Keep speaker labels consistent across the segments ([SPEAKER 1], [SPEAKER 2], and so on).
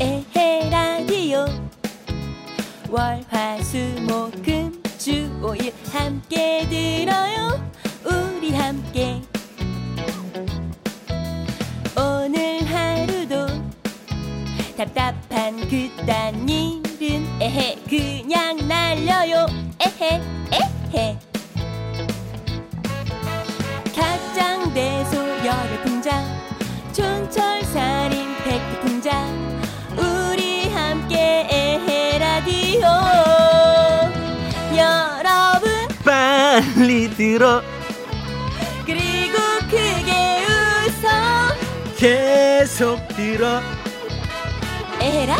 [SPEAKER 1] 에헤 라디오 월화수목금 주오일 함께 들어요 우리 함께 오늘 하루도 답답한 그딴 일은 에헤 그냥 날려요 에헤 에헤 각장대소 열애풍자 촌철살인 팩트풍자 우리 함께 에헤라디오 여러분
[SPEAKER 2] 빨리 들어
[SPEAKER 1] 그리고 크게 웃어
[SPEAKER 2] 계속 들어
[SPEAKER 1] 에헤라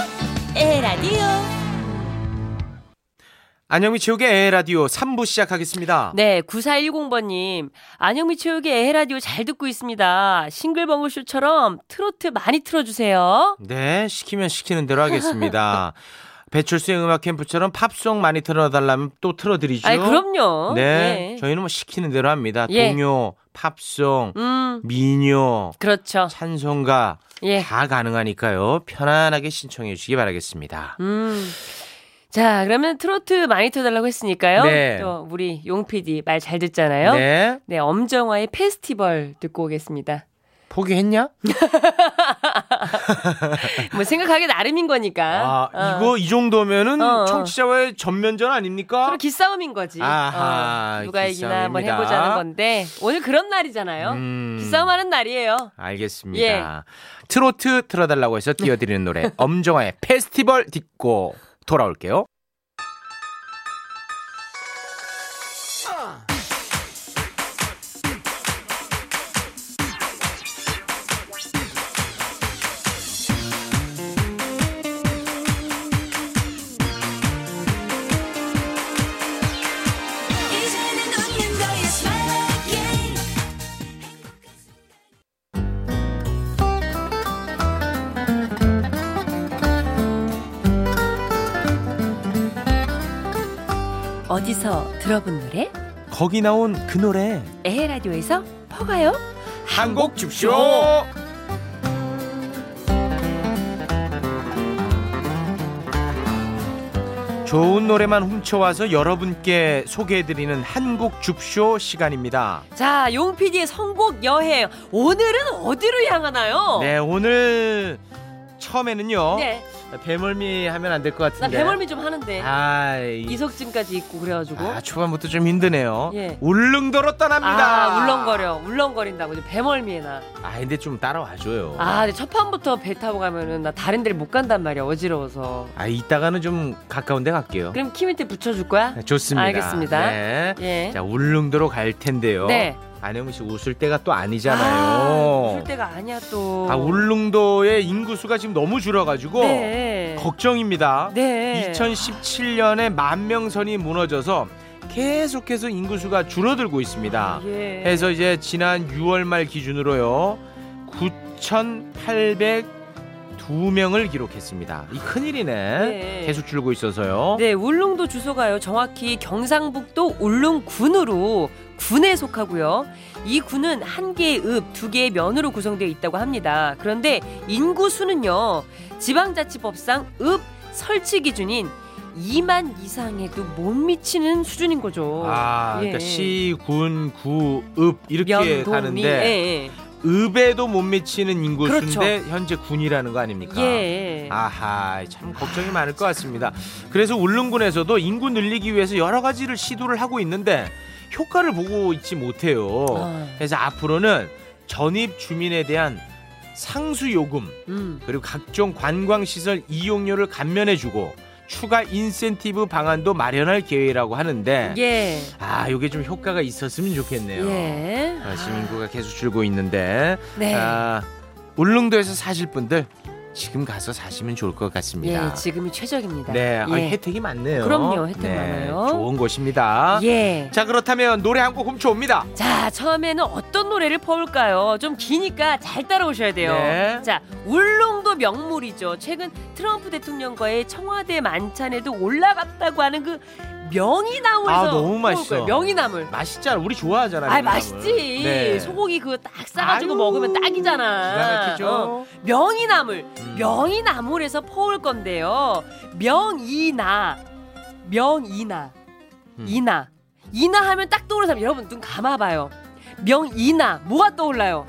[SPEAKER 1] 에헤라디오
[SPEAKER 2] 안녕미 치옥의 라디오 3부 시작하겠습니다.
[SPEAKER 3] 네, 9410번님. 안영미 체육의 에헤라디오 잘 듣고 있습니다. 싱글벙글쇼처럼 트로트 많이 틀어주세요.
[SPEAKER 2] 네, 시키면 시키는 대로 하겠습니다. 배철수의 음악 캠프처럼 팝송 많이 틀어달라면 또 틀어드리죠.
[SPEAKER 3] 아이, 그럼요.
[SPEAKER 2] 네,
[SPEAKER 3] 예.
[SPEAKER 2] 저희는 뭐 시키는 대로 합니다.
[SPEAKER 3] 예.
[SPEAKER 2] 동요, 팝송,
[SPEAKER 3] 음,
[SPEAKER 2] 민요,
[SPEAKER 3] 그렇죠.
[SPEAKER 2] 찬송가
[SPEAKER 3] 예.
[SPEAKER 2] 다 가능하니까요. 편안하게 신청해 주시기 바라겠습니다.
[SPEAKER 3] 음. 자, 그러면 트로트 많이 틀어달라고 했으니까요.
[SPEAKER 2] 네.
[SPEAKER 3] 또 우리 용 PD 말 잘 듣잖아요. 네.
[SPEAKER 2] 네,
[SPEAKER 3] 엄정화의 페스티벌 듣고 오겠습니다.
[SPEAKER 2] 포기했냐?
[SPEAKER 3] 뭐 생각하기 나름인 거니까.
[SPEAKER 2] 아, 이거 이 정도면은
[SPEAKER 3] 어, 어.
[SPEAKER 2] 청취자와의 전면전 아닙니까?
[SPEAKER 3] 서로 기싸움인 거지.
[SPEAKER 2] 아하,
[SPEAKER 3] 어, 누가 이기나 한번
[SPEAKER 2] 기싸움입니다.
[SPEAKER 3] 해보자는 건데 오늘 그런 날이잖아요.
[SPEAKER 2] 음.
[SPEAKER 3] 기싸움하는 날이에요.
[SPEAKER 2] 알겠습니다.
[SPEAKER 3] 예.
[SPEAKER 2] 트로트 틀어달라고 해서 띄워드리는 노래 엄정화의 페스티벌 듣고 돌아올게요.
[SPEAKER 4] 이제는 웃는 거야 smile again
[SPEAKER 3] 어디서 들어본 노래?
[SPEAKER 2] 거기 나온 그 노래
[SPEAKER 3] 에헤 라디오에서 퍼가요.
[SPEAKER 2] 한곡 줍쇼. 좋은 노래만 훔쳐와서 여러분께 소개해드리는 한국 줍쇼 시간입니다.
[SPEAKER 3] 자, 용 PD의 선곡 여행. 오늘은 어디로 향하나요?
[SPEAKER 2] 네, 오늘 처음에는요.
[SPEAKER 3] 네,
[SPEAKER 2] 배멀미 하면 안 될 것
[SPEAKER 3] 나
[SPEAKER 2] 같은데.
[SPEAKER 3] 배멀미 좀 하는데.
[SPEAKER 2] 네. 아, 이-
[SPEAKER 3] 이석증까지 있고 그래가지고.
[SPEAKER 2] 아, 초반부터 좀 힘드네요.
[SPEAKER 3] 예.
[SPEAKER 2] 울릉도로 떠납니다.
[SPEAKER 3] 아, 울렁거려. 울렁거린다고. 이제 배멀미에 나.
[SPEAKER 2] 아, 근데 좀 따라와줘요. 아.
[SPEAKER 3] 아, 근데 첫 판부터 배 타고 가면은 나 다른 데를 못 간단 말이야. 어지러워서.
[SPEAKER 2] 아, 이따가는 좀 가까운 데 갈게요.
[SPEAKER 3] 그럼 키 밑에 붙여줄 거야?
[SPEAKER 2] 네, 좋습니다.
[SPEAKER 3] 알겠습니다.
[SPEAKER 2] 네.
[SPEAKER 3] 예.
[SPEAKER 2] 자, 울릉도로 갈 텐데요.
[SPEAKER 3] 네.
[SPEAKER 2] 안영미 씨 웃을 때가 또
[SPEAKER 3] 아,
[SPEAKER 2] 아니잖아요.
[SPEAKER 3] 웃을 때가 아니야, 또.
[SPEAKER 2] 아, 울릉도의 인구수가 지금 너무 줄어가지고
[SPEAKER 3] 네.
[SPEAKER 2] 걱정입니다.
[SPEAKER 3] 네.
[SPEAKER 2] 2017년에 만 명선이 무너져서 계속해서 인구수가 줄어들고 있습니다.
[SPEAKER 3] 예.
[SPEAKER 2] 해서 이제 지난 6월 말 기준으로요 9,802명을 기록했습니다. 이 큰일이네.
[SPEAKER 3] 네.
[SPEAKER 2] 계속 줄고 있어서요.
[SPEAKER 3] 네, 울릉도 주소가요. 정확히 경상북도 울릉군으로 군에 속하고요. 이 군은 한 개의 읍, 두 개의 면으로 구성되어 있다고 합니다. 그런데 인구 수는요. 지방자치법상 읍 설치 기준인 2만 이상에도 못 미치는 수준인 거죠.
[SPEAKER 2] 아, 그러니까
[SPEAKER 3] 예.
[SPEAKER 2] 시, 군, 구, 읍 이렇게
[SPEAKER 3] 면동이.
[SPEAKER 2] 가는데
[SPEAKER 3] 예,
[SPEAKER 2] 읍에도 못 미치는 인구수인데
[SPEAKER 3] 그렇죠.
[SPEAKER 2] 현재 군이라는 거 아닙니까?
[SPEAKER 3] 예. 예.
[SPEAKER 2] 아하, 참 걱정이 많을 것 같습니다. 그래서 울릉군에서도 인구 늘리기 위해서 여러 가지를 시도를 하고 있는데 효과를 보고 있지 못해요.
[SPEAKER 3] 아,
[SPEAKER 2] 그래서 앞으로는 전입 주민에 대한 상수 요금
[SPEAKER 3] 음.
[SPEAKER 2] 그리고 각종 관광 시설 이용료를 감면해주고 추가 인센티브 방안도 마련할 계획이라고 하는데
[SPEAKER 3] 예.
[SPEAKER 2] 아 이게 좀 효과가 있었으면 좋겠네요.
[SPEAKER 3] 예.
[SPEAKER 2] 아, 지금 인구가 계속 줄고 있는데
[SPEAKER 3] 네.
[SPEAKER 2] 아, 울릉도에서 사실 분들 지금 가서 사시면 좋을 것 같습니다.
[SPEAKER 3] 예, 지금이 최적입니다.
[SPEAKER 2] 네, 아,
[SPEAKER 3] 예.
[SPEAKER 2] 혜택이 많네요.
[SPEAKER 3] 그럼요, 혜택 많아요.
[SPEAKER 2] 좋은 곳입니다.
[SPEAKER 3] 예.
[SPEAKER 2] 자 그렇다면 노래 한 곡 훔쳐옵니다.
[SPEAKER 3] 자, 처음에는 어떤 노래를 퍼올까요? 좀 기니까 잘 따라오셔야 돼요.
[SPEAKER 2] 네.
[SPEAKER 3] 자, 울릉도 명물이죠. 최근 트럼프 대통령과의 청와대 만찬에도 올라갔다고 하는 그 명이나물에서
[SPEAKER 2] 아, 너무
[SPEAKER 3] 구울
[SPEAKER 2] 맛있어.
[SPEAKER 3] 거예요. 명이나물.
[SPEAKER 2] 맛있잖아. 우리 좋아하잖아.
[SPEAKER 3] 아
[SPEAKER 2] 명이나물.
[SPEAKER 3] 맛있지.
[SPEAKER 2] 네.
[SPEAKER 3] 소고기 그거 딱 싸가지고
[SPEAKER 2] 아유,
[SPEAKER 3] 먹으면
[SPEAKER 2] 기가
[SPEAKER 3] 딱이잖아.
[SPEAKER 2] 막히죠.
[SPEAKER 3] 어. 명이나물.
[SPEAKER 2] 음.
[SPEAKER 3] 명이나물에서 퍼올 건데요. 명이나. 명이나.
[SPEAKER 2] 음.
[SPEAKER 3] 이나. 이나 하면 딱 떠오르는 사람 여러분 눈 감아봐요. 명이나 뭐가 떠올라요?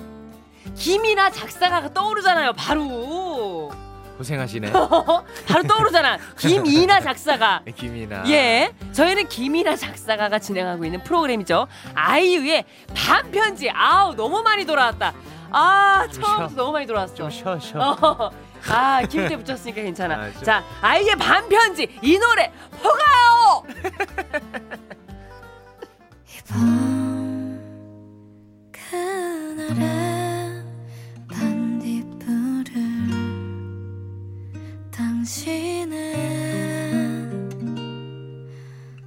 [SPEAKER 3] 김이나 작사가가 떠오르잖아요. 바로
[SPEAKER 2] 고생하시네.
[SPEAKER 3] 바로 떠오르잖아. 김이나 작사가.
[SPEAKER 2] 김이나.
[SPEAKER 3] 예, 저희는 김이나 작사가가 진행하고 있는 프로그램이죠. 아이유의 반편지. 아우 너무 많이 돌아왔다. 아
[SPEAKER 2] 쉬어.
[SPEAKER 3] 처음 너무 많이 돌아왔어.
[SPEAKER 2] 좀 쉬어 쉬어.
[SPEAKER 3] 어, 아 길게 붙였으니까 괜찮아.
[SPEAKER 2] 아, 좀.
[SPEAKER 3] 자 아이유의 반편지 이 노래 퍼가요.
[SPEAKER 4] 이번 그날의 반딧불을 당신은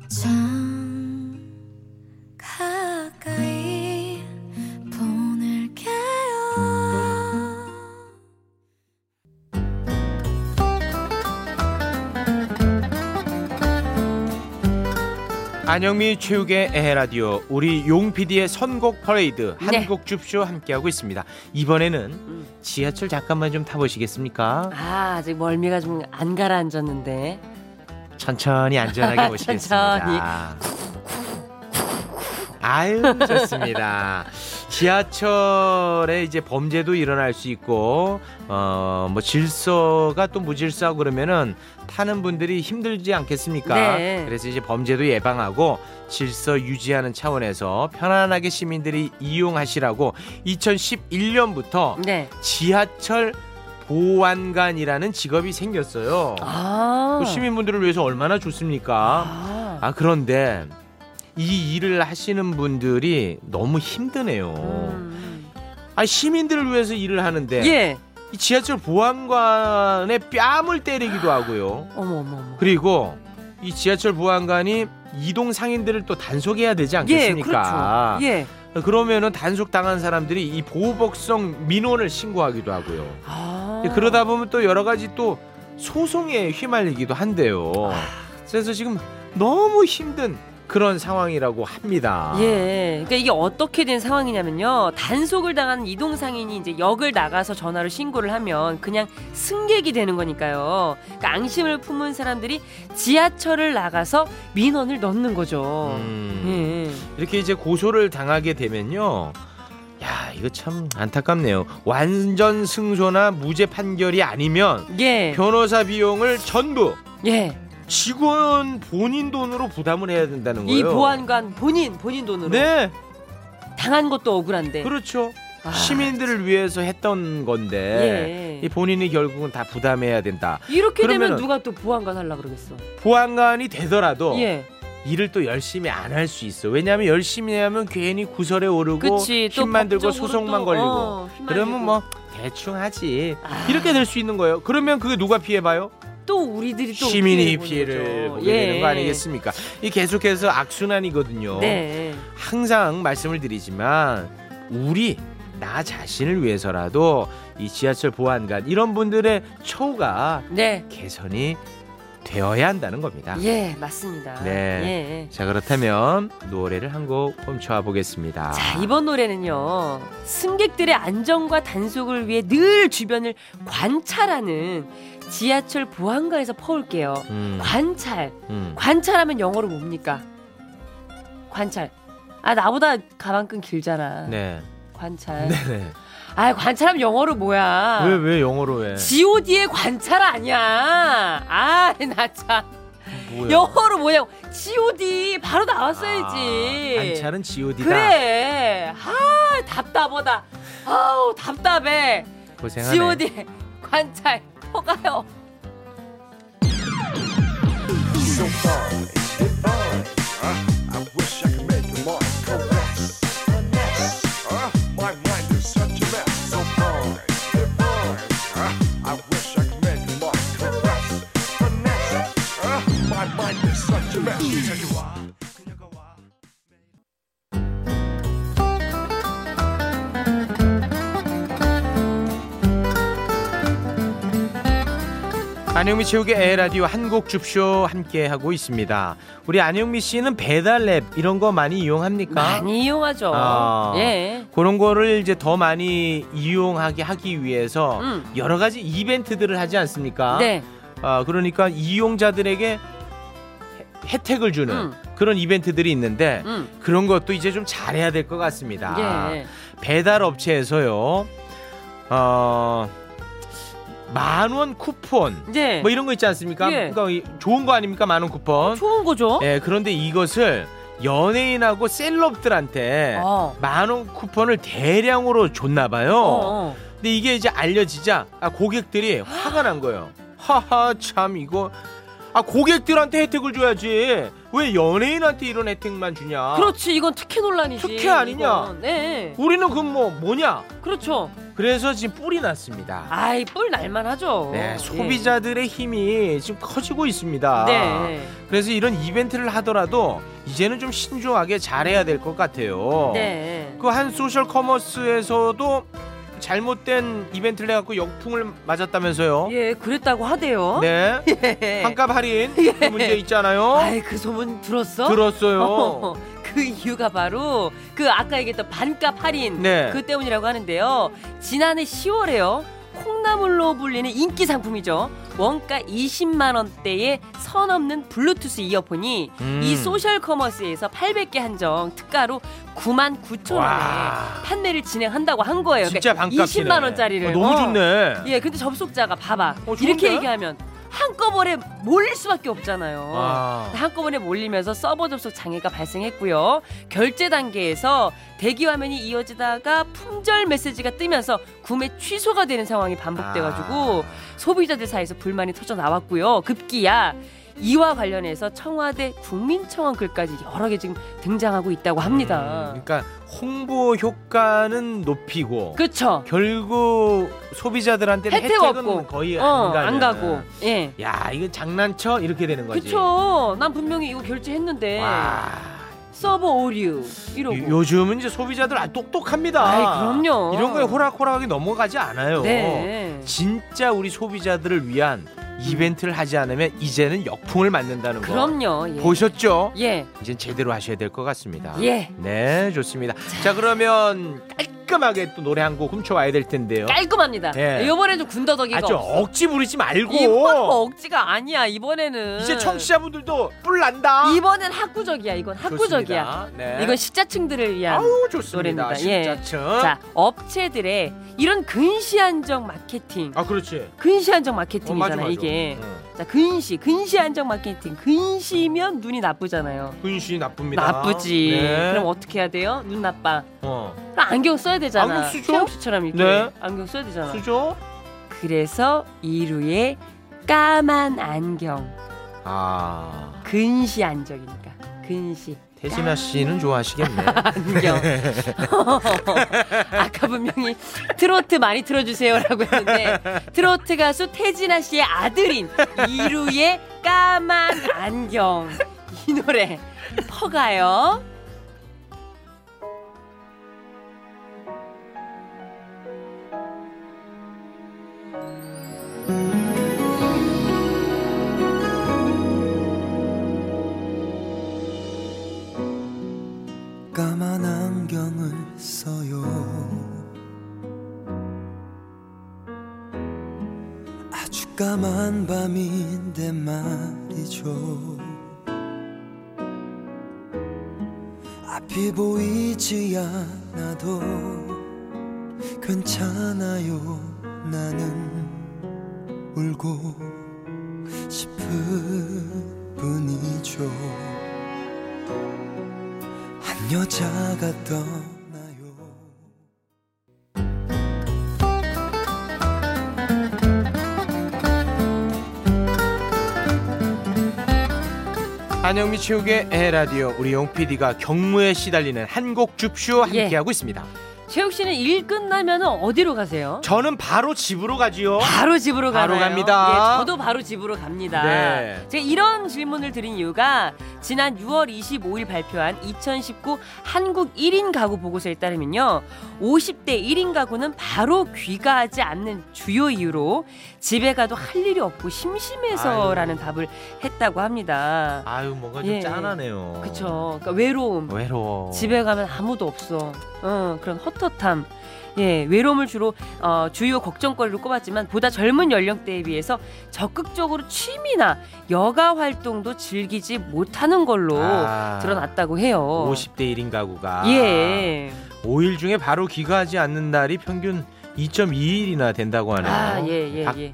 [SPEAKER 4] 참 가까이 보낼게요
[SPEAKER 2] 안영미 최욱의 에헤 라디오 우리 용 PD의 선곡 퍼레이드
[SPEAKER 3] 네.
[SPEAKER 2] 한국 줍쇼 함께하고 있습니다. 이번에는
[SPEAKER 3] 음.
[SPEAKER 2] 지하철 잠깐만 좀 타보시겠습니까?
[SPEAKER 3] 아 아직 멀미가 좀 안 가라앉았는데.
[SPEAKER 2] 천천히 안전하게 모시겠습니다. 아유 좋습니다. 지하철에 이제 범죄도 일어날 수 있고 어 뭐 질서가 또 무질서하고 그러면은 타는 분들이 힘들지 않겠습니까?
[SPEAKER 3] 네.
[SPEAKER 2] 그래서 이제 범죄도 예방하고 질서 유지하는 차원에서 편안하게 시민들이 이용하시라고 2011년부터
[SPEAKER 3] 네.
[SPEAKER 2] 지하철 보안관이라는 직업이 생겼어요.
[SPEAKER 3] 아.
[SPEAKER 2] 그 시민분들을 위해서 얼마나 좋습니까?
[SPEAKER 3] 아.
[SPEAKER 2] 아 그런데 이 일을 하시는 분들이 너무 힘드네요.
[SPEAKER 3] 음.
[SPEAKER 2] 아 시민들을 위해서 일을 하는데
[SPEAKER 3] 예.
[SPEAKER 2] 이 지하철 보안관의 뺨을 때리기도 하고요.
[SPEAKER 3] 어머 어머 어머.
[SPEAKER 2] 그리고 이 지하철 보안관이 이동 상인들을 또 단속해야 되지
[SPEAKER 3] 예,
[SPEAKER 2] 않겠습니까?
[SPEAKER 3] 그렇죠. 예.
[SPEAKER 2] 그러면은 단속 당한 사람들이 이 보호복성 민원을 신고하기도 하고요.
[SPEAKER 3] 아.
[SPEAKER 2] 예, 그러다 보면 또 여러 가지 또 소송에 휘말리기도 한대요.
[SPEAKER 3] 아.
[SPEAKER 2] 그래서 지금 너무 힘든 그런 상황이라고 합니다.
[SPEAKER 3] 예. 그러니까 이게 어떻게 된 상황이냐면요. 단속을 당한 이동 상인이 이제 역을 나가서 전화로 신고를 하면 그냥 승객이 되는 거니까요. 그러니까 앙심을 품은 사람들이 지하철을 나가서 민원을 넣는 거죠.
[SPEAKER 2] 음,
[SPEAKER 3] 예.
[SPEAKER 2] 이렇게 이제 고소를 당하게 되면요. 야, 이거 참 안타깝네요. 완전 승소나 무죄 판결이 아니면
[SPEAKER 3] 예.
[SPEAKER 2] 변호사 비용을 전부
[SPEAKER 3] 예.
[SPEAKER 2] 직원 본인 돈으로 부담을 해야 된다는 거예요.
[SPEAKER 3] 이 보안관 본인 본인 돈으로
[SPEAKER 2] 네,
[SPEAKER 3] 당한 것도 억울한데.
[SPEAKER 2] 그렇죠.
[SPEAKER 3] 아,
[SPEAKER 2] 시민들을 위해서 했던 건데
[SPEAKER 3] 예.
[SPEAKER 2] 이 본인이 결국은 다 부담해야 된다.
[SPEAKER 3] 이렇게 되면
[SPEAKER 2] 그러면은-
[SPEAKER 3] 누가 또 보안관 하려 그러겠어.
[SPEAKER 2] 보안관이 되더라도
[SPEAKER 3] 예.
[SPEAKER 2] 일을 또 열심히 안 할 수 있어. 왜냐하면 열심히 하면 괜히 구설에 오르고
[SPEAKER 3] 그치. 또
[SPEAKER 2] 힘만 들고
[SPEAKER 3] 법적으로
[SPEAKER 2] 소송만
[SPEAKER 3] 또,
[SPEAKER 2] 걸리고.
[SPEAKER 3] 어, 휘말리고. 아.
[SPEAKER 2] 그러면 뭐 대충 하지. 이렇게 될 수 있는 거예요. 그러면 그게 누가 피해 봐요?
[SPEAKER 3] 또 우리들이 또
[SPEAKER 2] 시민이
[SPEAKER 3] 피해를
[SPEAKER 2] 피해를
[SPEAKER 3] 보는
[SPEAKER 2] 보게
[SPEAKER 3] 거죠. 예.
[SPEAKER 2] 되는 거 아니겠습니까? 이 계속해서 악순환이거든요.
[SPEAKER 3] 네.
[SPEAKER 2] 항상 말씀을 드리지만 우리 나 자신을 위해서라도 이 지하철 보안관 이런 분들의 처우가
[SPEAKER 3] 네.
[SPEAKER 2] 개선이 되어야 한다는 겁니다.
[SPEAKER 3] 예, 맞습니다.
[SPEAKER 2] 아. 네.
[SPEAKER 3] 예.
[SPEAKER 2] 자 그렇다면 노래를 한 곡 훔쳐와 보겠습니다.
[SPEAKER 3] 자, 이번 노래는요. 승객들의 안전과 단속을 위해 늘 주변을 관찰하는 지하철 보안관에서 퍼올게요.
[SPEAKER 2] 음,
[SPEAKER 3] 관찰.
[SPEAKER 2] 음.
[SPEAKER 3] 관찰하면 영어로 뭡니까? 관찰. 아, 나보다 가방끈 길잖아.
[SPEAKER 2] 네.
[SPEAKER 3] 관찰.
[SPEAKER 2] 네네.
[SPEAKER 3] 아, 관찰하면 영어로 뭐야?
[SPEAKER 2] 왜 왜 영어로 해?
[SPEAKER 3] GOD의 관찰 아니야. 아, 나 참.
[SPEAKER 2] 뭐야?
[SPEAKER 3] 영어로 뭐냐고. GOD 바로
[SPEAKER 2] 아,
[SPEAKER 3] 나왔어야지.
[SPEAKER 2] 관찰은 G.O.D다.
[SPEAKER 3] 그래. 아, 답답하다. 아우, 답답해.
[SPEAKER 2] 고생하네.
[SPEAKER 3] GOD 관찰 퍼가요.
[SPEAKER 5] so far, it's divine. Uh, I wish I could make your mind caress, finesse. Uh, my mind is such a mess. So far, it's divine. Uh, I wish I could make your mind caress, finesse. Uh, my mind is such a mess. Tell you why.
[SPEAKER 2] 안영미 최욱의 에라디오 한곡 줍쇼 함께하고 있습니다. 우리 안영미 씨는 배달 앱 이런 거 많이 이용합니까?
[SPEAKER 3] 많이 이용하죠.
[SPEAKER 2] 아.
[SPEAKER 3] 예.
[SPEAKER 2] 그런 거를 이제 더 많이 이용하게 하기 위해서
[SPEAKER 3] 음.
[SPEAKER 2] 여러 가지 이벤트들을 하지 않습니까?
[SPEAKER 3] 네.
[SPEAKER 2] 아, 그러니까 이용자들에게 혜- 혜택을 주는
[SPEAKER 3] 음.
[SPEAKER 2] 그런 이벤트들이 있는데
[SPEAKER 3] 음.
[SPEAKER 2] 그런 것도 이제 좀 잘해야 될 것 같습니다.
[SPEAKER 3] 예.
[SPEAKER 2] 배달 업체에서요. 어, 만원 쿠폰
[SPEAKER 3] 이제
[SPEAKER 2] 뭐 이런 거 있지 않습니까?
[SPEAKER 3] 예.
[SPEAKER 2] 그러니까 이- 좋은 거 아닙니까? 만원 쿠폰.
[SPEAKER 3] 좋은 거죠.
[SPEAKER 2] 예, 그런데 이것을 연예인하고 셀럽들한테
[SPEAKER 3] 어.
[SPEAKER 2] 만원 쿠폰을 대량으로 줬나 봐요.
[SPEAKER 3] 어, 어.
[SPEAKER 2] 근데 이게 이제 알려지자 아, 고객들이 화가 난 거예요. 하하 참 이거 아 고객들한테 혜택을 줘야지 왜 연예인한테 이런 혜택만 주냐?
[SPEAKER 3] 그렇지 이건 특혜 논란이지.
[SPEAKER 2] 아. 특혜 아니냐?
[SPEAKER 3] 이건. 네.
[SPEAKER 2] 우리는 그럼 뭐 뭐냐?
[SPEAKER 3] 그렇죠.
[SPEAKER 2] 그래서 지금 뿔이 났습니다.
[SPEAKER 3] 아이 뿔 날만하죠.
[SPEAKER 2] 네,
[SPEAKER 3] 예.
[SPEAKER 2] 소비자들의 힘이 지금 커지고 있습니다.
[SPEAKER 3] 네.
[SPEAKER 2] 그래서 이런 이벤트를 하더라도 이제는 좀 신중하게 잘해야 될 것 같아요.
[SPEAKER 3] 네.
[SPEAKER 2] 그 한 소셜 커머스에서도 잘못된 이벤트를 해갖고 역풍을 맞았다면서요?
[SPEAKER 3] 예, 그랬다고 하대요.
[SPEAKER 2] 네.
[SPEAKER 3] 예.
[SPEAKER 2] 반값 할인 그 문제 있잖아요.
[SPEAKER 3] 아이 그 소문 들었어?
[SPEAKER 2] 들었어요.
[SPEAKER 3] 그 이유가 바로 그 아까 얘기했던 반값 할인
[SPEAKER 2] 네.
[SPEAKER 3] 그 때문이라고 하는데요. 지난해 10월에요. 콩나물로 불리는 인기 상품이죠. 원가 20만 원대의 선 없는 블루투스 이어폰이
[SPEAKER 2] 음.
[SPEAKER 3] 이 소셜 커머스에서 800개 한정 특가로 9만 9천 원에
[SPEAKER 2] 와.
[SPEAKER 3] 판매를 진행한다고 한 거예요.
[SPEAKER 2] 진짜
[SPEAKER 3] 그러니까
[SPEAKER 2] 반값이네.
[SPEAKER 3] 20만 원짜리를.
[SPEAKER 2] 어, 너무
[SPEAKER 3] 어.
[SPEAKER 2] 좋네.
[SPEAKER 3] 예, 근데 접속자가 봐봐.
[SPEAKER 2] 어, 좋은데?
[SPEAKER 3] 이렇게 얘기하면 한꺼번에 몰릴 수밖에 없잖아요.
[SPEAKER 2] 아.
[SPEAKER 3] 한꺼번에 몰리면서 서버 접속 장애가 발생했고요. 결제 단계에서 대기 화면이 이어지다가 품절 메시지가 뜨면서 구매 취소가 되는 상황이
[SPEAKER 2] 아.
[SPEAKER 3] 반복돼가지고 소비자들 사이에서 불만이 터져 나왔고요. 급기야 이와 관련해서 청와대 국민청원 글까지 여러 개 지금 등장하고 있다고 합니다.
[SPEAKER 2] 음, 그러니까 홍보 효과는 높이고
[SPEAKER 3] 그렇죠.
[SPEAKER 2] 결국 소비자들한테는
[SPEAKER 3] 혜택
[SPEAKER 2] 혜택은
[SPEAKER 3] 없고.
[SPEAKER 2] 거의
[SPEAKER 3] 어,
[SPEAKER 2] 안, 가는.
[SPEAKER 3] 안 가고. 예.
[SPEAKER 2] 야 이거 장난쳐 이렇게 되는 거지.
[SPEAKER 3] 그쵸. 난 분명히 이거 결제했는데
[SPEAKER 2] 와.
[SPEAKER 3] 서버 오류 이러고.
[SPEAKER 2] 요- 요즘은 이제 소비자들 아 똑똑합니다.
[SPEAKER 3] 아이, 그럼요.
[SPEAKER 2] 이런 거에 호락호락하게 넘어가지 않아요.
[SPEAKER 3] 네.
[SPEAKER 2] 진짜 우리 소비자들을 위한 이벤트를 하지 않으면 이제는 역풍을 맞는다는 거.
[SPEAKER 3] 그럼요. 예.
[SPEAKER 2] 보셨죠?
[SPEAKER 3] 예.
[SPEAKER 2] 이제 제대로 하셔야 될 것 같습니다.
[SPEAKER 3] 예.
[SPEAKER 2] 네, 좋습니다. 자, 그러면 깔끔하게 또 노래 한 곡 훔쳐와야 될 텐데요.
[SPEAKER 3] 깔끔합니다.
[SPEAKER 2] 예.
[SPEAKER 3] 이번에 좀 군더더기가
[SPEAKER 2] 아, 좀
[SPEAKER 3] 없어.
[SPEAKER 2] 억지 부리지 말고.
[SPEAKER 3] 이번 뭐 억지가 아니야. 이번에는
[SPEAKER 2] 이제 청취자분들도 뿔 난다.
[SPEAKER 3] 이번엔 학구적이야. 이건 학구적이야.
[SPEAKER 2] 좋습니다. 네.
[SPEAKER 3] 이건 식자층들을 위한
[SPEAKER 2] 아우 좋습니다.
[SPEAKER 3] 노래입니다. 예.
[SPEAKER 2] 십자층.
[SPEAKER 3] 자 업체들의 이런 근시 한정 마케팅.
[SPEAKER 2] 아, 그렇지.
[SPEAKER 3] 근시 한정
[SPEAKER 2] 어,
[SPEAKER 3] 마케팅이잖아
[SPEAKER 2] 맞아, 맞아. 네.
[SPEAKER 3] 이게.
[SPEAKER 2] 응.
[SPEAKER 3] 자 근시 근시 한정 마케팅. 근시면 눈이 나쁘잖아요.
[SPEAKER 2] 근시 나쁩니다.
[SPEAKER 3] 나쁘지.
[SPEAKER 2] 네.
[SPEAKER 3] 그럼 어떻게 해야 돼요? 눈 나빠.
[SPEAKER 2] 어.
[SPEAKER 3] 그럼 안경 써야 되잖아.
[SPEAKER 2] 안경 쓰죠?
[SPEAKER 3] 최영 씨처럼 이렇게
[SPEAKER 2] 네.
[SPEAKER 3] 안경 써야 되잖아.
[SPEAKER 2] 수죠?
[SPEAKER 3] 그래서 이루의 까만 안경
[SPEAKER 2] 아.
[SPEAKER 3] 근시 안정이니까 근시
[SPEAKER 2] 태진아 씨는 좋아하시겠네.
[SPEAKER 3] 안경 아까 분명히 트로트 많이 틀어주세요라고 했는데 트로트 가수 태진아 씨의 아들인 이루의 까만 안경 이 노래 퍼가요
[SPEAKER 6] 까만 안경을 써요 아주 까만 밤인데 말이죠 앞이 보이지 않아도 괜찮아요 나는 울고 싶을 뿐이죠 한 여자가 떠나요.
[SPEAKER 2] 안영미 최욱의 에라디오 우리 용 PD가 경무에 시달리는 한곡 줍쇼
[SPEAKER 3] 예.
[SPEAKER 2] 함께하고 있습니다.
[SPEAKER 3] 최욱 씨는 일 끝나면 어디로 가세요?
[SPEAKER 2] 저는 바로 집으로 가지요.
[SPEAKER 3] 바로 집으로 가요.
[SPEAKER 2] 바로 갑니다.
[SPEAKER 3] 예, 저도 바로 집으로 갑니다.
[SPEAKER 2] 네.
[SPEAKER 3] 제가 이런 질문을 드린 이유가 지난 6월 25일 발표한 2019 한국 1인 가구 보고서에 따르면요. 50대 1인 가구는 바로 귀가하지 않는 주요 이유로 집에 가도 할 일이 없고 심심해서라는 답을 했다고 합니다.
[SPEAKER 2] 아유 뭔가 좀
[SPEAKER 3] 예,
[SPEAKER 2] 짠하네요.
[SPEAKER 3] 그쵸. 그러니까 외로움.
[SPEAKER 2] 외로워.
[SPEAKER 3] 집에 가면 아무도 없어. 어, 그런 헛헛함. 예, 외로움을 주로 어, 주요 걱정거리로 꼽았지만 보다 젊은 연령대에 비해서 적극적으로 취미나 여가 활동도 즐기지 못하는 걸로
[SPEAKER 2] 아,
[SPEAKER 3] 드러났다고 해요.
[SPEAKER 2] 50대 1인 가구가
[SPEAKER 3] 예.
[SPEAKER 2] 5일 중에 바로 귀가하지 않는 날이 평균 2.2일이나 된다고 하네요.
[SPEAKER 3] 아, 예, 예,
[SPEAKER 2] 밖-
[SPEAKER 3] 예.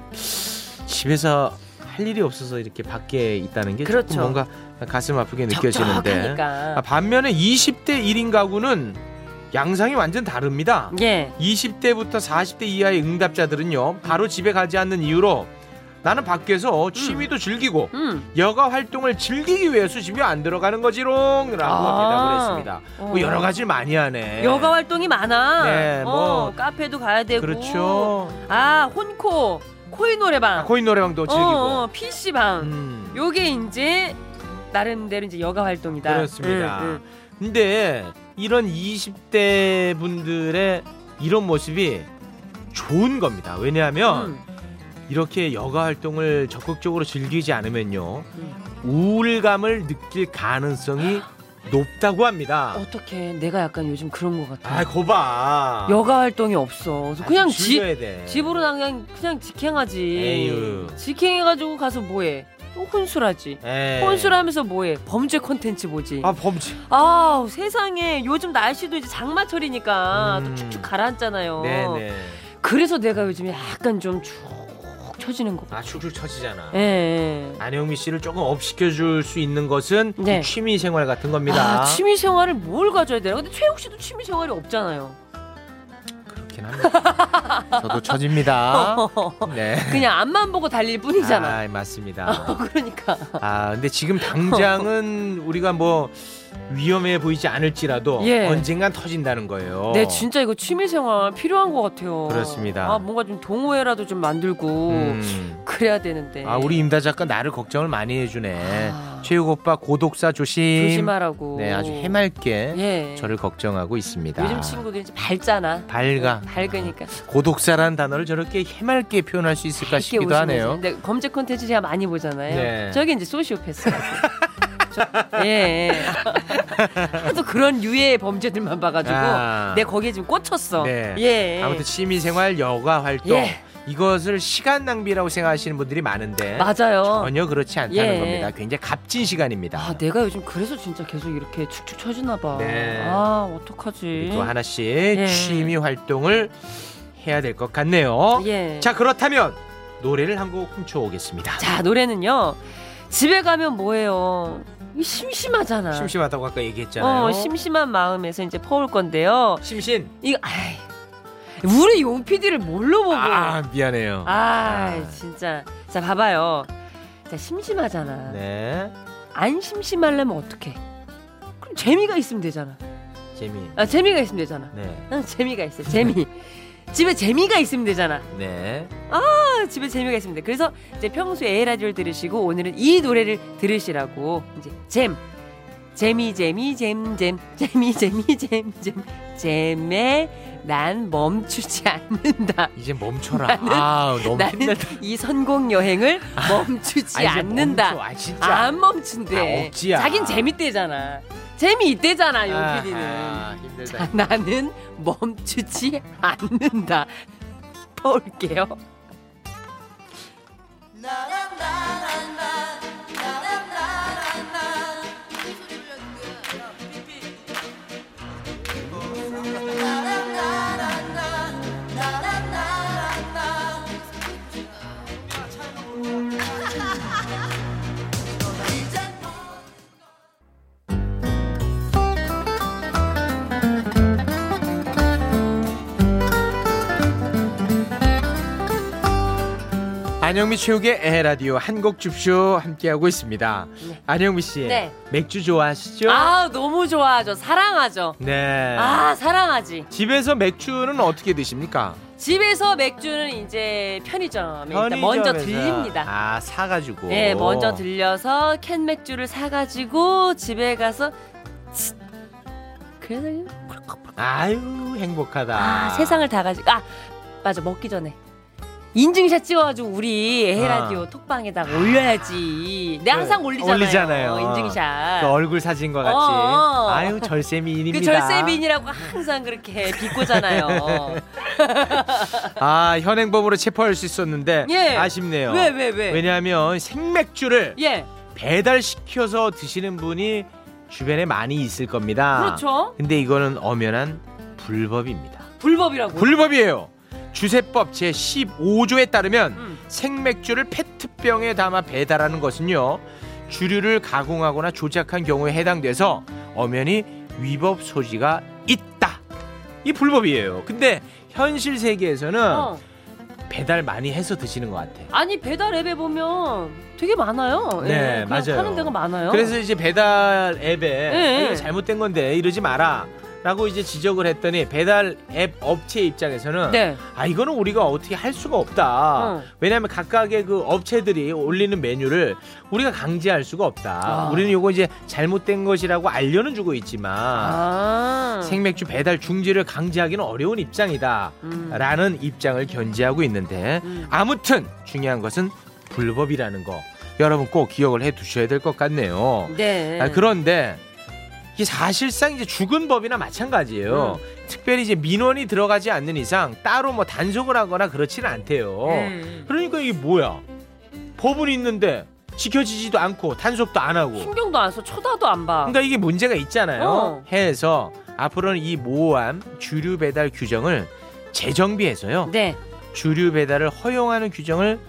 [SPEAKER 2] 집에서 할 일이 없어서 이렇게 밖에 있다는 게
[SPEAKER 3] 그렇죠.
[SPEAKER 2] 조금 뭔가 가슴 아프게 느껴지는데
[SPEAKER 3] 적적하니까.
[SPEAKER 2] 아, 반면에 20대 1인 가구는 양상이 완전 다릅니다.
[SPEAKER 3] 예.
[SPEAKER 2] 20대부터 40대 이하의 응답자들은요 바로 집에 가지 않는 이유로 나는 밖에서 취미도 즐기고
[SPEAKER 3] 음.
[SPEAKER 2] 여가 활동을 즐기기 위해서 집에 안 들어가는 거지롱이라고
[SPEAKER 3] 아.
[SPEAKER 2] 대답을 했습니다. 뭐
[SPEAKER 3] 어.
[SPEAKER 2] 여러 가지 많이 하네.
[SPEAKER 3] 여가 활동이 많아.
[SPEAKER 2] 네, 뭐.
[SPEAKER 3] 어, 카페도 가야 되고.
[SPEAKER 2] 그렇죠.
[SPEAKER 3] 아, 혼코, 코인 노래방.
[SPEAKER 2] 아, 코인 노래방도 즐기고.
[SPEAKER 3] 어, 어, PC방.
[SPEAKER 2] 음,
[SPEAKER 3] 요게 이제 나름대로 이제 여가 활동이다.
[SPEAKER 2] 그렇습니다.
[SPEAKER 3] 응, 응.
[SPEAKER 2] 근데 이런 20대 분들의 이런 모습이 좋은 겁니다. 왜냐하면
[SPEAKER 3] 음.
[SPEAKER 2] 이렇게 여가 활동을 적극적으로 즐기지 않으면요
[SPEAKER 3] 음.
[SPEAKER 2] 우울감을 느낄 가능성이 높다고 합니다.
[SPEAKER 3] 어떻게 내가 약간 요즘 그런 것 같아.
[SPEAKER 2] 아, 고봐.
[SPEAKER 3] 여가 활동이 없어. 그래서 그냥 집
[SPEAKER 2] 즐겨야 돼.
[SPEAKER 3] 집으로 나 그냥 그냥 직행하지.
[SPEAKER 2] 에휴.
[SPEAKER 3] 직행해가지고 가서 뭐해? 또 혼술하지.
[SPEAKER 2] 에이.
[SPEAKER 3] 혼술하면서 뭐해? 범죄 콘텐츠 보지.
[SPEAKER 2] 예. 네. 아 범죄.
[SPEAKER 3] 아, 우 세상에 요즘 날씨도 이제 장마철이니까
[SPEAKER 2] 음.
[SPEAKER 3] 또 축축 가라앉잖아요.
[SPEAKER 2] 네네.
[SPEAKER 3] 그래서 내가 요즘에 약간 좀 쭉 처지는 것 같아.
[SPEAKER 2] 아 축축 처지잖아.
[SPEAKER 3] 예, 예.
[SPEAKER 2] 안영미 씨를 조금 업 시켜줄 수 있는 것은
[SPEAKER 3] 네.
[SPEAKER 2] 취미 생활 같은 겁니다.
[SPEAKER 3] 아, 취미 생활을 뭘 가져야 되나? 근데 최욱 씨도 취미 생활이 없잖아요.
[SPEAKER 2] 그렇긴 합니다. 저도 처집니다. 네.
[SPEAKER 3] 그냥 앞만 보고 달릴 뿐이잖아.
[SPEAKER 2] 아, 맞습니다.
[SPEAKER 3] 그러니까.
[SPEAKER 2] 아, 근데 지금 당장은 우리가 뭐 위험해 보이지 않을지라도
[SPEAKER 3] 예.
[SPEAKER 2] 언젠간 터진다는 거예요.
[SPEAKER 3] 네, 진짜 이거 취미 생활 필요한 것 같아요.
[SPEAKER 2] 어. 그렇습니다.
[SPEAKER 3] 아, 뭔가 좀 동호회라도 좀 만들고
[SPEAKER 2] 음.
[SPEAKER 3] 그래야 되는데.
[SPEAKER 2] 아, 우리 임다 작가 나를 걱정을 많이 해주네.
[SPEAKER 3] 네. 아.
[SPEAKER 2] 최욱 오빠 고독사 조심.
[SPEAKER 3] 조심하라고.
[SPEAKER 2] 네, 아주 해맑게
[SPEAKER 3] 예.
[SPEAKER 2] 저를 걱정하고 있습니다.
[SPEAKER 3] 요즘 친구들이 이제 밝잖아.
[SPEAKER 2] 밝아. 어,
[SPEAKER 3] 밝으니까.
[SPEAKER 2] 고독사라는 단어를 저렇게 해맑게 표현할 수 있을까
[SPEAKER 3] 밝게
[SPEAKER 2] 싶기도
[SPEAKER 3] 웃으면서.
[SPEAKER 2] 하네요.
[SPEAKER 3] 근데 검색 콘텐츠 제가 많이 보잖아요.
[SPEAKER 2] 네.
[SPEAKER 3] 저게 이제 소시오패스라고. 저- 예. 하도 그런 유해의 범죄들만 봐가지고
[SPEAKER 2] 아.
[SPEAKER 3] 내 거기에 지금 꽂혔어.
[SPEAKER 2] 네.
[SPEAKER 3] 예.
[SPEAKER 2] 아무튼 취미생활, 여가 활동
[SPEAKER 3] 예.
[SPEAKER 2] 이것을 시간 낭비라고 생각하시는 분들이 많은데
[SPEAKER 3] 맞아요.
[SPEAKER 2] 전혀 그렇지 않다는
[SPEAKER 3] 예.
[SPEAKER 2] 겁니다. 굉장히 값진 시간입니다.
[SPEAKER 3] 아, 내가 요즘 그래서 진짜 계속 이렇게 축축 처지나 봐.
[SPEAKER 2] 네.
[SPEAKER 3] 아,
[SPEAKER 2] 우리
[SPEAKER 3] 어떡하지?
[SPEAKER 2] 또 하나씩
[SPEAKER 3] 예.
[SPEAKER 2] 취미 활동을 해야 될 것 같네요.
[SPEAKER 3] 예.
[SPEAKER 2] 어? 자그 그렇다면 노래를 한 곡 훔쳐오겠습니다.
[SPEAKER 3] 자, 노래는요. 집에 가면 뭐예요? 이 심심하잖아.
[SPEAKER 2] 심심하다고 아까 얘기했잖아요.
[SPEAKER 3] 어, 심심한 마음에서 이제 퍼올 건데요.
[SPEAKER 2] 심신.
[SPEAKER 3] 이거 아이. 우리 용 PD를 뭘로 보고.
[SPEAKER 2] 아
[SPEAKER 3] 아,
[SPEAKER 2] 미안해요.
[SPEAKER 3] 진짜. 자, 봐 봐요. 자, 심심하잖아.
[SPEAKER 2] 네
[SPEAKER 3] 안 심심하려면 어떡해? 그럼 재미가 있으면 되잖아.
[SPEAKER 2] 재미.
[SPEAKER 3] 아, 재미가 있으면 되잖아.
[SPEAKER 2] 네
[SPEAKER 3] 응, 재미가 있어. 재미. 집에 재미가 있으면 되잖아. 어,
[SPEAKER 2] 네.
[SPEAKER 3] 집에 재미가 있습니다. 그래서 이제 평소에 A 라디오를 들으시고 오늘은 이 노래를 들으시라고 이제 잼 재미 재미 잼잼 재미 재미 잼잼 잼에 난 멈추지 않는다.
[SPEAKER 2] 이제 멈춰라. 아 너무
[SPEAKER 3] 나는
[SPEAKER 2] 힘들다.
[SPEAKER 3] 이 선곡 여행을 멈추지
[SPEAKER 2] 아, 이제
[SPEAKER 3] 않는다.
[SPEAKER 2] 멈춰. 아 진짜.
[SPEAKER 3] 안 멈춘대.
[SPEAKER 2] 아, 억지야.
[SPEAKER 3] 자긴 재밌대잖아. 재미 있대잖아, 용 PD는.
[SPEAKER 2] 아하, 힘들다.
[SPEAKER 3] 자, 나는 멈추지 않는다. 떠올게요.
[SPEAKER 2] 안영미 최욱의 에라디오 한 곡 줍쇼 함께하고 있습니다.
[SPEAKER 3] 네.
[SPEAKER 2] 안영미 씨
[SPEAKER 3] 네.
[SPEAKER 2] 맥주 좋아하시죠?
[SPEAKER 3] 아 너무 좋아하죠. 사랑하죠.
[SPEAKER 2] 네.
[SPEAKER 3] 아 사랑하지.
[SPEAKER 2] 집에서 맥주는 어떻게 드십니까?
[SPEAKER 3] 집에서 맥주는 이제 편의점에 일단 먼저
[SPEAKER 2] 편의점에서.
[SPEAKER 3] 들립니다.
[SPEAKER 2] 아 사가지고.
[SPEAKER 3] 예, 먼저 들려서 캔 맥주를 사가지고 집에 가서 치- 그래서
[SPEAKER 2] 아유 행복하다.
[SPEAKER 3] 아, 세상을 다 가지고 아 맞아 먹기 전에 인증샷 찍어가지고 우리
[SPEAKER 2] 아.
[SPEAKER 3] 헤라디오 톡방에다가 올려야지. 내 항상 올리잖아요.
[SPEAKER 2] 네, 올리잖아요. 그
[SPEAKER 3] 인증샷.
[SPEAKER 2] 얼굴 사진과 같이.
[SPEAKER 3] 어.
[SPEAKER 2] 아유 절세미인입니다.
[SPEAKER 3] 그 절세민이라고 항상 그렇게
[SPEAKER 2] 어.
[SPEAKER 3] 비꼬잖아요.
[SPEAKER 2] 아 현행범으로 체포할 수 있었는데
[SPEAKER 3] 예.
[SPEAKER 2] 아쉽네요.
[SPEAKER 3] 왜 왜 왜?
[SPEAKER 2] 왜냐하면 생맥주를
[SPEAKER 3] 예,
[SPEAKER 2] 배달시켜서 드시는 분이 주변에 많이 있을 겁니다.
[SPEAKER 3] 그렇죠.
[SPEAKER 2] 근데 이거는 엄연한 불법입니다.
[SPEAKER 3] 불법이라고.
[SPEAKER 2] 불법이에요. 주세법 제 15조에 따르면
[SPEAKER 3] 음.
[SPEAKER 2] 생맥주를 페트병에 담아 배달하는 것은요 주류를 가공하거나 조작한 경우에 해당돼서 엄연히 위법 소지가 있다. 이 불법이에요. 근데 현실 세계에서는
[SPEAKER 3] 어.
[SPEAKER 2] 배달 많이 해서 드시는 것 같아.
[SPEAKER 3] 아니 배달 앱에 보면 되게 많아요. 예,
[SPEAKER 2] 네,
[SPEAKER 3] 그냥
[SPEAKER 2] 맞아요.
[SPEAKER 3] 하는 데가 많아요.
[SPEAKER 2] 그래서 이제 배달 앱에
[SPEAKER 3] 예.
[SPEAKER 2] 아, 이거 잘못된 건데 이러지 마라. 라고 이제 지적을 했더니 배달 앱 업체 입장에서는
[SPEAKER 3] 네.
[SPEAKER 2] 아 이거는 우리가 어떻게 할 수가 없다.
[SPEAKER 3] 어.
[SPEAKER 2] 왜냐하면 각각의 그 업체들이 올리는 메뉴를 우리가 강제할 수가 없다.
[SPEAKER 3] 아.
[SPEAKER 2] 우리는 요거 이제 잘못된 것이라고 알려는 주고 있지만
[SPEAKER 3] 아.
[SPEAKER 2] 생맥주 배달 중지를 강제하기는 어려운 입장이다.
[SPEAKER 3] 음.
[SPEAKER 2] 아, 라는 입장을 견지하고 있는데
[SPEAKER 3] 음.
[SPEAKER 2] 아무튼 중요한 것은 불법이라는 거 여러분 꼭 기억을 해 두셔야 될 것 같네요.
[SPEAKER 3] 네.
[SPEAKER 2] 아, 그런데 이게 사실상 이제 죽은 법이나 마찬가지예요.
[SPEAKER 3] 음.
[SPEAKER 2] 특별히 이제 민원이 들어가지 않는 이상 따로 뭐 단속을 하거나 그렇지는 않대요.
[SPEAKER 3] 음.
[SPEAKER 2] 그러니까 이게 뭐야? 법은 있는데 지켜지지도 않고 단속도 안 하고.
[SPEAKER 3] 신경도 안 써, 쳐다도 안 봐.
[SPEAKER 2] 그러니까 이게 문제가 있잖아요.
[SPEAKER 3] 어.
[SPEAKER 2] 해서 앞으로는 이 모호함 주류 배달 규정을 재정비해서요.
[SPEAKER 3] 네.
[SPEAKER 2] 주류 배달을 허용하는 규정을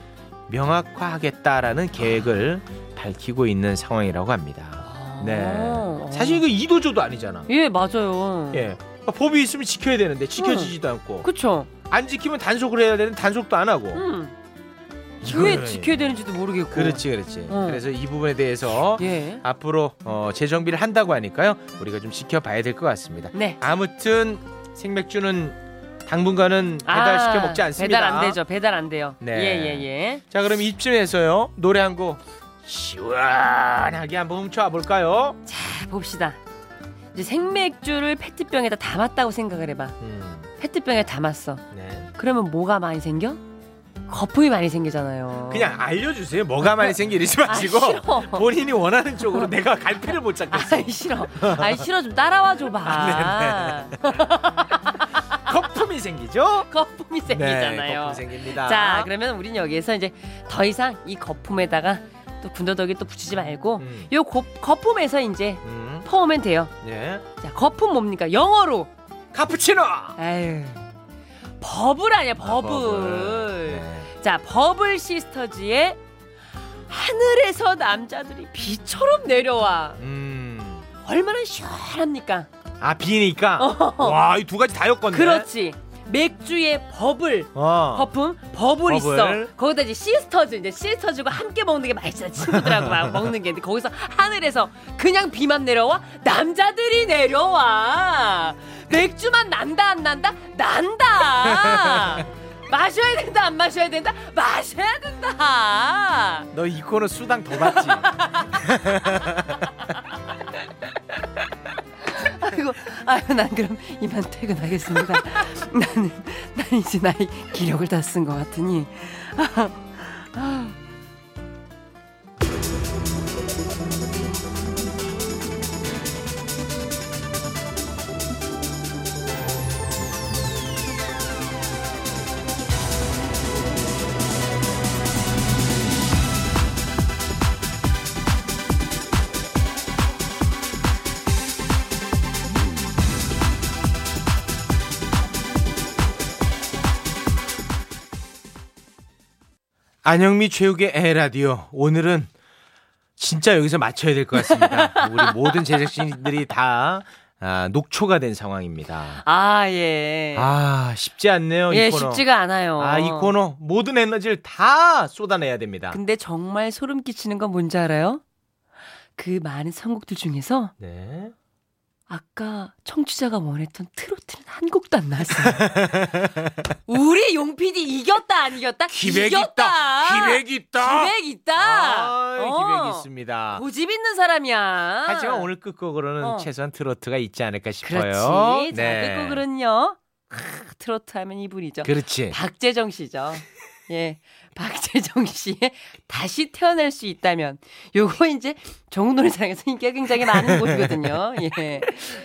[SPEAKER 2] 명확화하겠다라는 계획을 밝히고 있는 상황이라고 합니다. 네.
[SPEAKER 3] 어.
[SPEAKER 2] 사실 이거 이도저도 아니잖아.
[SPEAKER 3] 예, 맞아요.
[SPEAKER 2] 예. 아, 법이 있으면 지켜야 되는데 지켜지지도 않고
[SPEAKER 3] 그쵸.
[SPEAKER 2] 안 지키면 단속을 해야 되는 데 단속도 안 하고.
[SPEAKER 3] 음. 왜
[SPEAKER 2] 이거를-
[SPEAKER 3] 지켜야 되는지도 모르겠고.
[SPEAKER 2] 그러니까. 그렇지, 그렇지.
[SPEAKER 3] 어.
[SPEAKER 2] 그래서 이 부분에 대해서
[SPEAKER 3] 예.
[SPEAKER 2] 앞으로 어, 재정비를 한다고 하니까요. 우리가 좀 지켜봐야 될 것 같습니다.
[SPEAKER 3] 네.
[SPEAKER 2] 아무튼 생맥주는 당분간은 배달 시켜 먹지 않습니다.
[SPEAKER 3] 아, 배달 안 되죠. 배달 안 돼요.
[SPEAKER 2] 네.
[SPEAKER 3] 예, 예, 예.
[SPEAKER 2] 자, 그럼 이쯤에서요 노래 한 곡 시원하게 한번 훔쳐 볼까요?
[SPEAKER 3] 자, 봅시다. 이제 생맥주를 페트병에다 담았다고 생각을 해봐.
[SPEAKER 2] 음,
[SPEAKER 3] 페트병에 담았어.
[SPEAKER 2] 네.
[SPEAKER 3] 그러면 뭐가 많이 생겨? 거품이 많이 생기잖아요.
[SPEAKER 2] 그냥 알려주세요. 뭐가 많이 생기지
[SPEAKER 3] 아,
[SPEAKER 2] 마시고 뭐
[SPEAKER 3] 싫어.
[SPEAKER 2] 본인이 원하는 쪽으로 내가 갈피를 못 잡겠어.
[SPEAKER 3] 아이 싫어. 아이 싫어 좀 따라와 줘
[SPEAKER 2] 아,
[SPEAKER 3] 봐.
[SPEAKER 2] 네, 거품이 생기죠?
[SPEAKER 3] 거품이
[SPEAKER 2] 네,
[SPEAKER 3] 생기잖아요.
[SPEAKER 2] 거품 생깁니다.
[SPEAKER 3] 자, 그러면 우린 여기에서 이제 더 이상 이 거품에다가 또 군더더기 또 붙이지 말고
[SPEAKER 2] 음,
[SPEAKER 3] 요 거, 거품에서 이제
[SPEAKER 2] 음,
[SPEAKER 3] 퍼오면 돼요.
[SPEAKER 2] 예.
[SPEAKER 3] 자, 거품 뭡니까? 영어로.
[SPEAKER 2] 카푸치노.
[SPEAKER 3] 아유. 버블 아니야, 버블.
[SPEAKER 2] 네.
[SPEAKER 3] 자, 버블 시스터즈의 하늘에서 남자들이 비처럼 내려와.
[SPEAKER 2] 음.
[SPEAKER 3] 얼마나 시원합니까?
[SPEAKER 2] 아 비니까. 와 이 두 가지 다 엮었네.
[SPEAKER 3] 어. 그렇지. 맥주의 버블.
[SPEAKER 2] 어.
[SPEAKER 3] 거품 버블
[SPEAKER 2] 버블.
[SPEAKER 3] 있어 거기다 이제 시스터즈 이제 시스터즈가 함께 먹는 게 맛있어 친구들하고 막 먹는 게 근데 거기서 하늘에서 그냥 비만 내려와 남자들이 내려와 맥주만 난다 안 난다 난다 마셔야 된다 안 마셔야 된다 마셔야 된다
[SPEAKER 2] 너 이 코너 수당 더 받지.
[SPEAKER 3] 아이고 아유 난 그럼 이만 퇴근하겠습니다 나는 난 이제 나의 기력을 다 쓴 것 같으니
[SPEAKER 2] 안영미 최욱의 에라디오 오늘은 진짜 여기서 맞춰야 될 것 같습니다. 우리 모든 제작진들이 다 아, 녹초가 된 상황입니다.
[SPEAKER 3] 아, 예.
[SPEAKER 2] 아, 쉽지 않네요. 이
[SPEAKER 3] 예,
[SPEAKER 2] 코너.
[SPEAKER 3] 쉽지가 않아요.
[SPEAKER 2] 아, 이 코너 모든 에너지를 다 쏟아내야 됩니다.
[SPEAKER 3] 근데 정말 소름 끼치는 건 뭔지 알아요? 그 많은 선곡들 중에서
[SPEAKER 2] 네.
[SPEAKER 3] 아까 청취자가 원했던 트로트는 한 곡도 안 나왔어요. 우리 용 PD 이겼다 안 이겼다? 이겼다.
[SPEAKER 2] 있다.
[SPEAKER 3] 기백 있다.
[SPEAKER 2] 아,
[SPEAKER 3] 어.
[SPEAKER 2] 기백 있습니다.
[SPEAKER 3] 고집 있는 사람이야.
[SPEAKER 2] 하지만 오늘 끝곡으로는
[SPEAKER 3] 어.
[SPEAKER 2] 최소한 트로트가 있지 않을까 싶어요.
[SPEAKER 3] 그렇지. 자,
[SPEAKER 2] 네.
[SPEAKER 3] 끝곡은요. 크, 트로트 하면 이분이죠.
[SPEAKER 2] 그렇지.
[SPEAKER 3] 박재정 씨죠. 예. 박재정 씨의 다시 태어날 수 있다면 요거 이제 정노래상에서 인기가 굉장히 많은 곡이거든요. 예.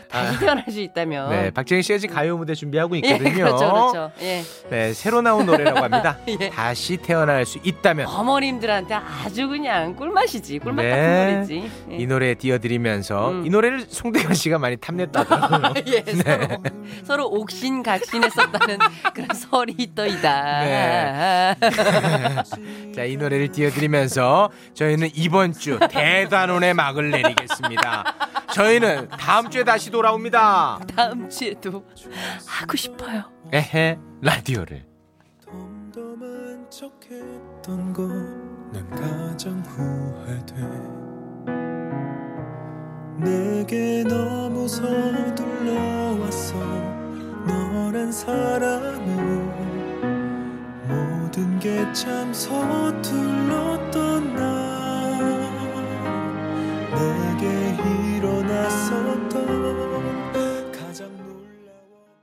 [SPEAKER 3] 다시
[SPEAKER 2] 아.
[SPEAKER 3] 태어날 수 있다면.
[SPEAKER 2] 네, 박재영 씨가 지금 가요 무대 준비하고
[SPEAKER 3] 예,
[SPEAKER 2] 있거든요.
[SPEAKER 3] 그렇죠. 그렇죠. 예.
[SPEAKER 2] 네, 새로 나온 노래라고 합니다.
[SPEAKER 3] 예.
[SPEAKER 2] 다시 태어날 수 있다면
[SPEAKER 3] 어머님들한테 아주 그냥 꿀맛이지. 꿀맛
[SPEAKER 2] 네.
[SPEAKER 3] 같은 노래지. 예.
[SPEAKER 2] 이 노래 띄워드리면서
[SPEAKER 3] 음.
[SPEAKER 2] 이 노래를 송대관 씨가 많이 탐냈다고.
[SPEAKER 3] 예, 서로, 서로 옥신각신했었다는 그런 설이 떠이다.
[SPEAKER 2] 네. 자, 이 노래를 띄워드리면서 저희는 이번 주 대단원의 막을 내리겠습니다. 저희는 다음 주에 다시 돌아옵니다.
[SPEAKER 3] 다음 주에도 하고 싶어요.
[SPEAKER 2] 에헤, 라디오를.
[SPEAKER 6] 덤덤한 척했던 거난 가장 후회돼 내게 너무 서둘러 왔어 너란 사람은 모든 게 참 서툴렀던 나 내게 일어나서